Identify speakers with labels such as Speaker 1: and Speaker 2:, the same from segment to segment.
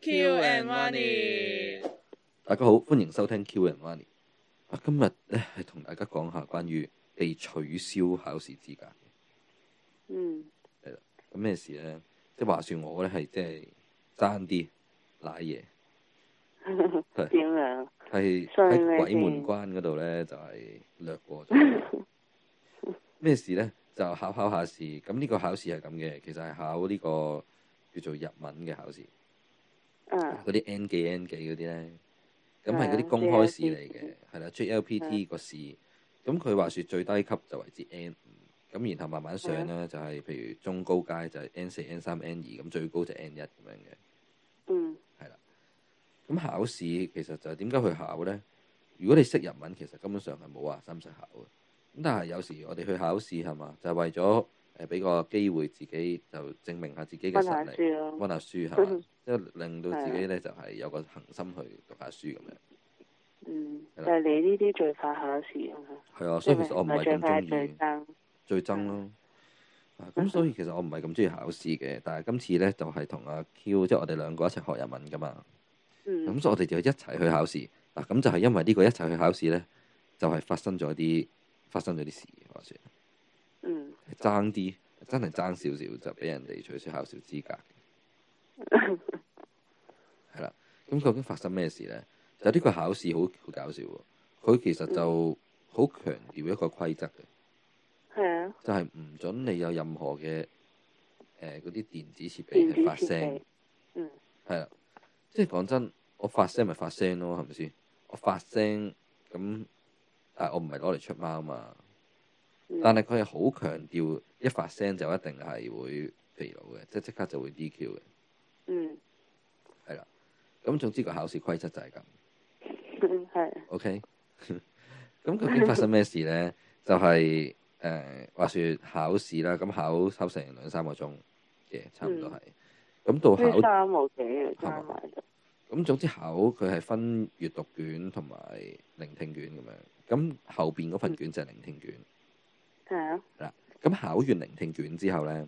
Speaker 1: Q and Money。
Speaker 2: 大家好，歡迎收聽 Q and Money。啊，今日咧係同大家講下關於被取消考試資格嘅。
Speaker 1: 嗯
Speaker 2: 咁咩事咧？即係話說我咧係即係爭啲賴嘢，，係
Speaker 1: 點樣？
Speaker 2: 係
Speaker 1: 所以
Speaker 2: 喺
Speaker 1: 你
Speaker 2: 鬼門關嗰度咧就係、掠過咗。咩事咧？就考考下試。咁呢個考試係咁嘅，其實係考呢個叫做日文嘅考試。
Speaker 1: 嗯
Speaker 2: 嗰啲 N 記 N 記嗰啲咧，咁啊係嗰啲
Speaker 1: 啊
Speaker 2: 公開試嚟嘅
Speaker 1: JLPT，
Speaker 2: 係啦，JLPT 個試，咁佢話説最低級就為之 N 五，咁然後慢慢上咧就係啊譬如中高階就係 N 四、N 三、N 二，咁最高就 N 一咁樣嘅。
Speaker 1: 嗯
Speaker 2: 咁考試其實就係點解去考呢？如果你識日文，其實根本上係冇話使唔使考嘅。咁但係有時我哋去考試係嘛，就係、為咗誒俾個機會自己就證明下自己嘅
Speaker 1: 溫下
Speaker 2: 實力。
Speaker 1: 書咯。
Speaker 2: 温下書係嘛
Speaker 1: 嗯，啊
Speaker 2: 即係令到自己咧就係有個恒心去讀下書咁樣。
Speaker 1: 嗯，
Speaker 2: 係啦
Speaker 1: 但係你呢啲最快考試啊嘛，
Speaker 2: 係啊，所
Speaker 1: 因
Speaker 2: 以
Speaker 1: 為
Speaker 2: 其實我唔係
Speaker 1: 最快
Speaker 2: 咁中
Speaker 1: 最嗯
Speaker 2: 意
Speaker 1: 爭。
Speaker 2: 最憎咯。啊，咁所以其實我唔係咁中意考試嘅，但係今次咧就係同阿 Q 即係我哋兩個一齊學日文噶嘛，
Speaker 1: 嗯
Speaker 2: 咁所以我哋就一齊去考試。嗱，咁就係因為呢個一齊去考試咧，就係發生咗啲發生咗啲事，話説
Speaker 1: 嗯，
Speaker 2: 係爭啲，真係爭少少就俾人哋取消考試資格。係啦，咁究竟發生咩事咧？就呢個考試好好搞笑喎，佢其實就好強調一個規則嘅，
Speaker 1: 係啊，
Speaker 2: 就係唔准你有任何嘅誒嗰啲電子設備
Speaker 1: 電子
Speaker 2: 係發
Speaker 1: 設
Speaker 2: 聲
Speaker 1: 備。，嗯
Speaker 2: 係啦，即係講真，我發聲咪發聲咯，係咪先？我發聲咁，但係我唔係攞嚟出貓嘛。
Speaker 1: 嗯
Speaker 2: 但係佢係好強調，一發聲就一定係會肥佬嘅，即係即刻就會 DQ 嘅。
Speaker 1: 嗯，
Speaker 2: 係啦，咁總之個考試規則就係咁。
Speaker 1: 係
Speaker 2: OK，咁究竟發生咩事咧？就係、誒、話説考試啦，咁考考成兩三個鐘嘅，差唔多係。咁到
Speaker 1: 呢
Speaker 2: 考，
Speaker 1: 三冇幾
Speaker 2: 係
Speaker 1: 嘅
Speaker 2: 嘛
Speaker 1: 加埋就，
Speaker 2: 咁總之考佢係分閱讀卷同埋聆聽卷咁樣。咁後邊嗰份卷就係聆聽卷。
Speaker 1: 係啊，
Speaker 2: 咁考完聆聽卷之後咧，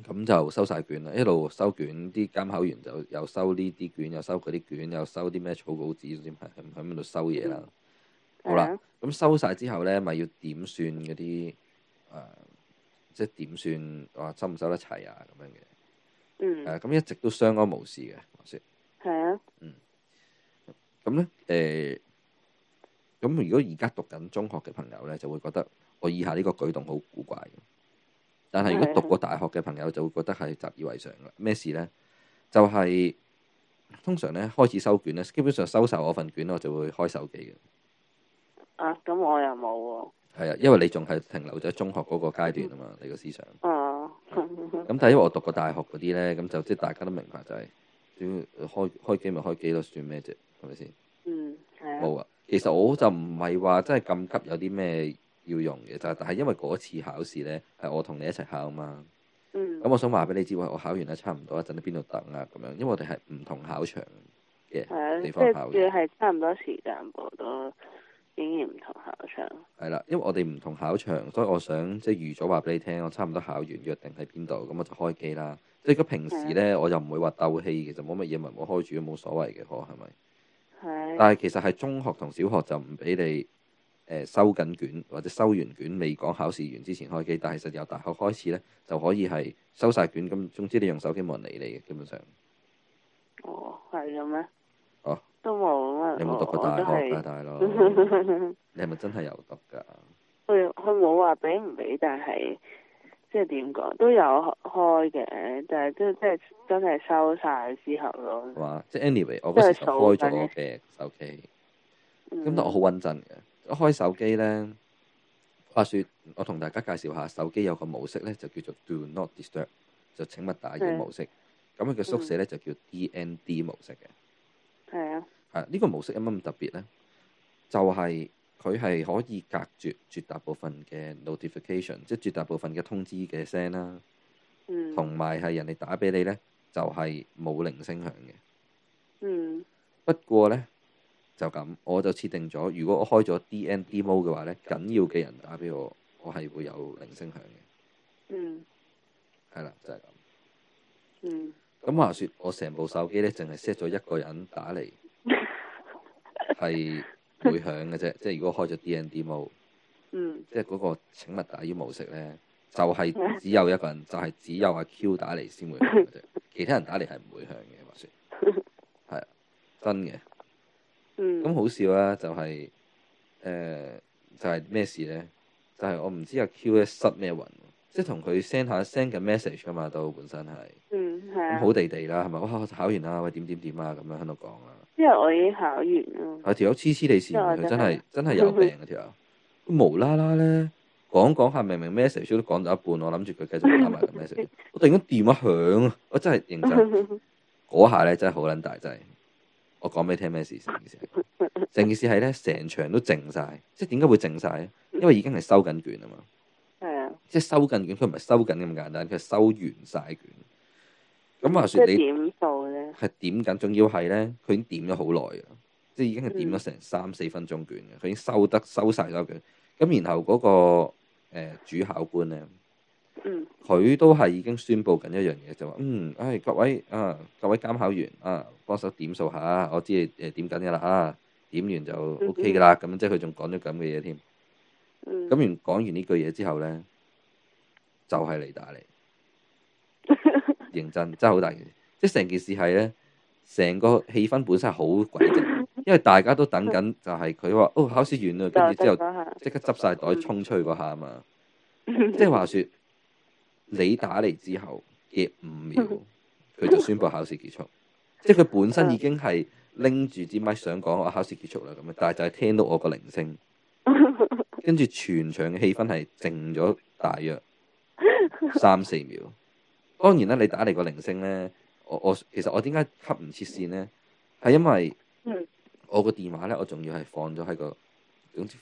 Speaker 2: 咁就收晒卷啦，一路收卷，啲監考員就又收呢啲卷，又收嗰啲卷，又收啲咩草稿紙，點係喺喺度收嘢啦。好
Speaker 1: 嗯係
Speaker 2: 啦
Speaker 1: 啊，，
Speaker 2: 咁收晒之後咧，咪要點算嗰啲誒，即係點算話收唔收得齊啊咁樣嘅。
Speaker 1: 嗯
Speaker 2: 誒、，咁一直都相安無事嘅，話說
Speaker 1: 係啊，
Speaker 2: 咁咧誒，咁、如果而家讀緊中學嘅朋友咧，就會覺得我以下呢個舉動好古怪嘅。但係如
Speaker 1: 係
Speaker 2: 果
Speaker 1: 啊
Speaker 2: 讀過大學嘅朋友就會覺得係習以為常啦。咩事咧？就係、通常咧開始收卷咧，基本上收晒我份卷，我就會開手機嘅。
Speaker 1: 啊，咁我又冇
Speaker 2: 係啊，因為你仲係停留咗中學嗰個階段啊嘛，你個思想。
Speaker 1: 喎，啊，
Speaker 2: 咁但係因為我讀過大學嗰啲咧，咁就即係大家都明白就係、要開開機咪開機咯，算咩啫？係咪先？
Speaker 1: 嗯，係啊，
Speaker 2: 冇啊，其實我就唔係話真係咁急有啲咩要用嘅，就係但係因為嗰次考試咧係我同你一齊考啊嘛，
Speaker 1: 嗯
Speaker 2: 咁，我想話俾你知，喂，我考完啦，差唔多一陣喺邊度等啊咁樣，因為我哋係唔同考場
Speaker 1: 係啊，
Speaker 2: 嘅
Speaker 1: 即
Speaker 2: 地方
Speaker 1: 係
Speaker 2: 考嘅。
Speaker 1: 佢係差唔多時間部都已經唔同考場，
Speaker 2: 係啦，因為我哋唔同考場，所以我想即係預咗話俾你聽，我差唔多考完約定喺邊度，咁我就開機啦。即係如果平時咧，我又唔會話鬥氣嘅，就冇乜嘢咪我開住都冇所謂嘅，可係咪？
Speaker 1: 係，
Speaker 2: 但係其實係中學同小學就唔俾你誒、呃收緊卷或者收完卷未講考試完之前開機，但係其實由大學開始咧就可以係收晒卷，咁總之你用手機冇人理你嘅，基本上
Speaker 1: 哦，係嘅咩？
Speaker 2: 哦，
Speaker 1: 都冇啊！
Speaker 2: 你有冇讀過大
Speaker 1: 我都
Speaker 2: 學㗎，
Speaker 1: 係
Speaker 2: 大佬？
Speaker 1: 佢
Speaker 2: 你係咪真係有讀㗎？
Speaker 1: 佢冇話俾唔俾，但係即係點講都有開嘅，但係都即係真係收晒之後咯。
Speaker 2: 哇！即係 anyway，我嗰時就開咗我嘅手機。
Speaker 1: 咁
Speaker 2: 咁但我好穩陣嘅，一開手機咧，話説我同大家介紹下手機有個模式咧，就叫做 Do Not Disturb，就請勿打擾
Speaker 1: 嗯
Speaker 2: 模式。咁佢嘅縮寫咧就叫 DND 模式嘅。
Speaker 1: 係啊，
Speaker 2: 係呢個模式有乜咁特別咧？就係佢係可以隔絕絕大部分嘅 notification，即係絕大部分嘅通知嘅聲啦，
Speaker 1: 嗯，
Speaker 2: 同埋係人哋打俾你咧，就係冇鈴聲響嘅。
Speaker 1: 嗯
Speaker 2: 不過呢，就咁，我就設定咗，如果我開咗 DND mode 嘅話呢，緊要嘅人打俾我，我係會有鈴聲響嘅，
Speaker 1: 嗯
Speaker 2: 係啦，就係、咁。
Speaker 1: 嗯
Speaker 2: 咁話說，我成部手機咧，淨係 set 咗一個人打嚟，係會響嘅啫。即係如果開咗 D N D mode，
Speaker 1: 嗯，
Speaker 2: 即係嗰個請勿打擾模式咧，就係、只有一個人，就係、只有阿 Q 打嚟先會 響嘅啫，其他人打嚟係唔會響嘅。話說係啊真嘅。
Speaker 1: 嗯，
Speaker 2: 咁好笑啦，就係、呃就係、咩事咧？就係、我唔知阿 Q 咧失咩魂，即係同佢 send 下 send 緊 message 噶嘛，都本身係
Speaker 1: 嗯，係
Speaker 2: 咁
Speaker 1: 啊
Speaker 2: 好，地地啦，係咪？哇！我考完啦，喂點點點啊，咁樣喺度講啦。
Speaker 1: 因為我已經考完啦，
Speaker 2: 啊條友黐黐地線，
Speaker 1: 真
Speaker 2: 佢
Speaker 1: 係
Speaker 2: 真係真係有病啊條友，佢無啦啦咧講講下，明明 message 都講到一半，我諗住佢繼續打埋個 message，我突然間電一響啊！我真係認 真嗰下咧，真係好撚大劑。我講俾你聽咩事成件事係，成件事係咧成場都靜晒，即係點解會靜晒咧？因為已經係收緊卷啊嘛。
Speaker 1: 係啊，
Speaker 2: 即係收緊卷，佢唔係收緊咁簡單，佢係收完晒卷。咁話
Speaker 1: 即
Speaker 2: 說
Speaker 1: 係
Speaker 2: 你
Speaker 1: 點數咧，
Speaker 2: 係點緊，仲要係咧，佢已經點咗好耐嘅，即係已經係點咗成三四分鐘卷嘅，佢已經收得收晒收卷。咁然後嗰、個、呃、主考官咧，
Speaker 1: 嗯
Speaker 2: 佢都係已經宣佈緊一樣嘢，就話嗯，唉、各位啊，各位監考員啊，幫手點數下，我知你誒點緊嘅啦啊，點完就 O K 嘅啦，咁即係佢仲講咗咁嘅嘢添。
Speaker 1: 嗯，
Speaker 2: 咁完講完呢句嘢之後咧，就係、嚟打 你，認真真係好大件事，即係成件事係咧，成個氣氛本身係好鬼靜，因為大家都等 緊就係佢話哦考試完啦，跟住之
Speaker 1: 就得
Speaker 2: 後
Speaker 1: 嗰下，
Speaker 2: 即刻執晒袋
Speaker 1: 嗯
Speaker 2: 衝出去嗰下啊 嘛，即係話說你打嚟之後嘅五 秒，佢就宣布考試結束，即係佢本身已經係拎住支咪想講我考試結束啦咁樣，但係就係聽到我個鈴聲。跟住全場嘅氣氛係靜咗大約三四秒。當然啦，你打嚟個鈴聲咧，我我其實我點解吸唔切線咧？係因為
Speaker 1: 嗯
Speaker 2: 我個電話咧，我仲要係放咗喺個總之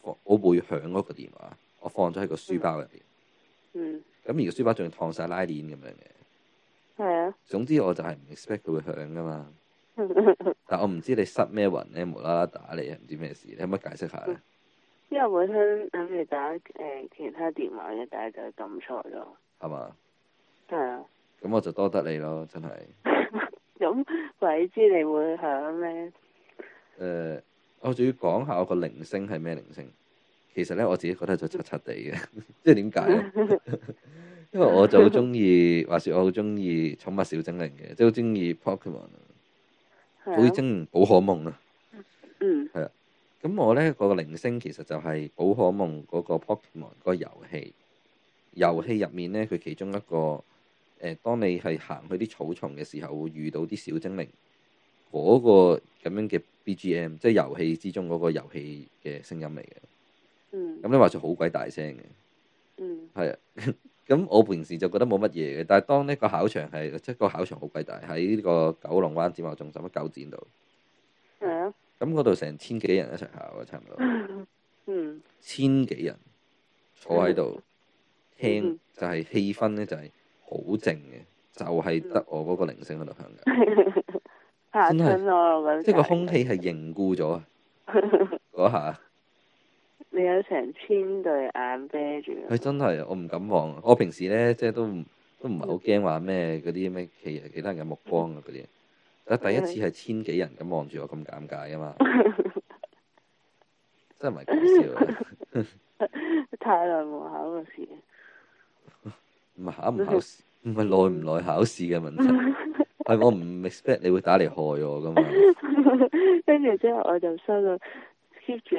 Speaker 2: 放我會響嗰個電話，我放咗喺個書包入邊。
Speaker 1: 嗯，
Speaker 2: 咁而個書包仲要燙晒拉鏈咁樣嘅。
Speaker 1: 係啊，
Speaker 2: 總之我就係唔 expect 佢會響噶嘛。但我唔知你失咩魂咧，無啦啦打你，唔知咩事，你可唔可以解釋下咧？
Speaker 1: 嗯因為本身諗住打誒其他電話嘅，但係就撳錯咗，
Speaker 2: 係嘛？
Speaker 1: 係啊，
Speaker 2: 咁我就多得你咯，真係。
Speaker 1: 咁鬼知你會響
Speaker 2: 誒、
Speaker 1: 咩？
Speaker 2: 呃我仲要講下我個鈴聲係咩鈴聲。其實咧，我自己覺得就柒柒地嘅， 即係點解 咧？因為我就好中意，話説我好中意寵物小精靈嘅，即係好中意 Pokemon，好
Speaker 1: 係啊
Speaker 2: 似精靈寶可夢啊。
Speaker 1: 嗯
Speaker 2: 咁我咧、個鈴聲其實就係寶可夢嗰個 Pokemon 嗰個遊戲。遊戲入面咧，佢其中一個誒、當你係行去啲草叢嘅時候，會遇到啲小精靈嗰、個咁樣嘅 BGM，即係遊戲之中嗰個遊戲嘅聲音嚟嘅。
Speaker 1: 嗯
Speaker 2: 咁你話就好鬼大聲嘅，
Speaker 1: 嗯
Speaker 2: 係啊。 咁我平時就覺得冇乜嘢嘅，但係當呢個考場係即係個考場好鬼大，喺呢個九龍灣展貿中心九展度，
Speaker 1: 係啊，
Speaker 2: 咁嗰度成千幾人一齊考啊，差唔多。
Speaker 1: 嗯
Speaker 2: 千幾人坐喺度聽
Speaker 1: 嗯，
Speaker 2: 就係、氣氛咧就係好靜嘅，就係、得我嗰個鈴聲喺度響嘅，
Speaker 1: 嚇親我咁，
Speaker 2: 即係個空氣係凝固咗啊！嗰下
Speaker 1: 你有成千對眼啤住，
Speaker 2: 佢真係我唔敢望啊，我平時咧即係都唔都唔係好驚話咩嗰啲咩其其他人嘅目光啊嗰啲，但第一次係千幾人咁望住我咁尷尬啊嘛，真係唔係講笑啊！
Speaker 1: 太耐冇考過試，
Speaker 2: 唔係考唔考試，唔係耐唔耐考試嘅問題，係我唔 expect 你會打嚟害我噶嘛。
Speaker 1: 跟住之後我就收到 keep 住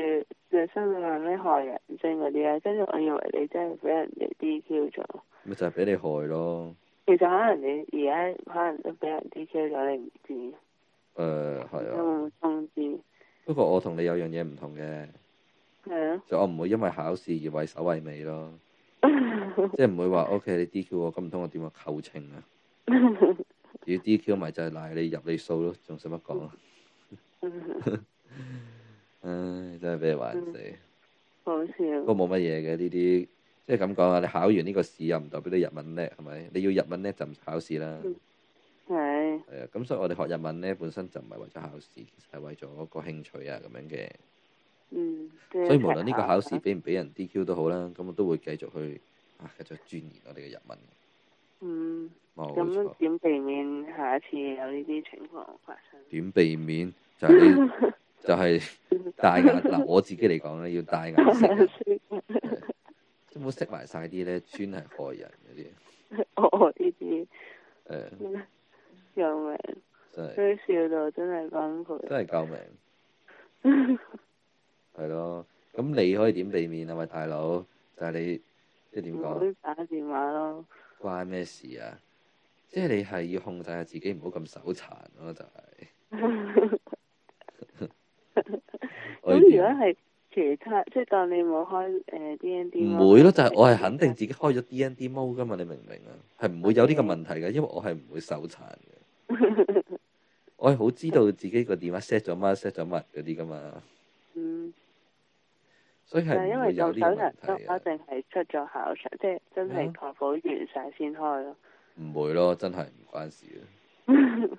Speaker 1: 就收到話咩害人精嗰啲咧，跟住我以為你真係俾人哋 DQ 咗，
Speaker 2: 咪就係俾你害咯。
Speaker 1: 其實可能你而家可能都俾人 DQ 咗，你唔知，
Speaker 2: 誒、
Speaker 1: 你
Speaker 2: 係啊。
Speaker 1: 冇通知？
Speaker 2: 不過我同你有樣嘢唔同嘅，
Speaker 1: 係啊，
Speaker 2: 就我唔會因為考試而畏首畏尾咯，即係唔會話 O.K. 你 D.Q. 我，咁唔通我點啊扣稱啊？要 D.Q. 咪就係賴你入你數咯，仲使乜講啊？唉，真係俾你玩死。
Speaker 1: 好笑。
Speaker 2: 不過冇乜嘢嘅呢啲，即係咁講啊！你考完呢個試又唔代表你日文叻係咪？你要日文叻就唔使考試啦。
Speaker 1: 嗯係，
Speaker 2: 係啊，咁所以我哋學日文咧，本身就唔係為咗考試，其實係為咗個興趣啊咁樣嘅。
Speaker 1: 嗯，
Speaker 2: 所以無論呢個考試俾唔俾人 DQ 都好啦，咁我都會繼續去啊，繼續鑽研我哋嘅日文。
Speaker 1: 嗯，
Speaker 2: 冇
Speaker 1: 咁
Speaker 2: 錯。
Speaker 1: 點避免下一次有呢啲情況發生？
Speaker 2: 點避免就係你 就係戴眼嗱，我自己嚟講咧，要戴眼 色，啊 即係唔好識埋晒啲咧，專係害人嗰啲。
Speaker 1: 我哦呢啲
Speaker 2: 誒、
Speaker 1: 救命，
Speaker 2: 真係
Speaker 1: 佢笑到真係崩潰。
Speaker 2: 真係救命，係咯。咁你可以點避免啊？喂，大佬，就係、你即係點
Speaker 1: 唔
Speaker 2: 講
Speaker 1: 好？打電話咯，
Speaker 2: 關咩事啊？即係你係要控制下自己，唔好咁手殘咯，就係、
Speaker 1: 咁
Speaker 2: 我
Speaker 1: 如果
Speaker 2: 哋
Speaker 1: 係啊其他，即係當你冇開誒 D N D，
Speaker 2: 唔會咯，就係、我係肯定自己開咗 D N D 毛噶嘛，你明唔明啊？係唔會有呢個問題嘅，因為我係唔會手殘嘅。我係好知道自己個電話 set 咗乜 set 咗乜嗰啲噶嘛，
Speaker 1: 嗯，
Speaker 2: 所以係
Speaker 1: 但係因
Speaker 2: 唔會
Speaker 1: 為
Speaker 2: 有
Speaker 1: 做
Speaker 2: 呢
Speaker 1: 手
Speaker 2: 個
Speaker 1: 術
Speaker 2: 問
Speaker 1: 都
Speaker 2: 題啊
Speaker 1: 一
Speaker 2: 嘅，
Speaker 1: 定係出咗考場，即係真係確保完晒先開咯。
Speaker 2: 唔會咯，真係唔關事啊嘅。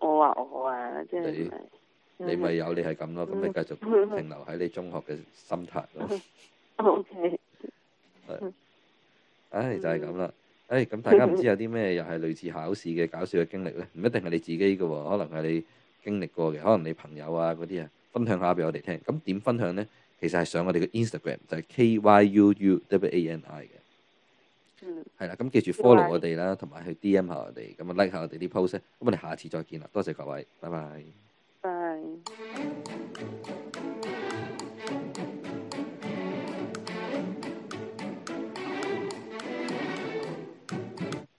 Speaker 1: 我話我啊，即係唔係
Speaker 2: 你
Speaker 1: 嗯
Speaker 2: 咪有你係咁咯，咁你繼續停留喺你中學嘅心態咯。
Speaker 1: O K，
Speaker 2: 唉，就係咁啦。唉，咁大家唔知有啲咩又係類似考試嘅搞笑嘅經歷咧？唔一定係你自己嘅喎，可能係你經歷過嘅，可能你朋友啊嗰啲啊，分享下俾我哋聽。咁點分享咧？其實係上我哋嘅 Instagram 就係 K Y U U W A N I 嘅。
Speaker 1: 嗯，
Speaker 2: 係啦，咁記住 follow
Speaker 1: Bye
Speaker 2: 我哋啦，同埋去 DM 下我哋，咁啊 like 下我哋啲 post 咧。咁我哋下次再見啦，多謝各位，拜拜。
Speaker 1: 拜。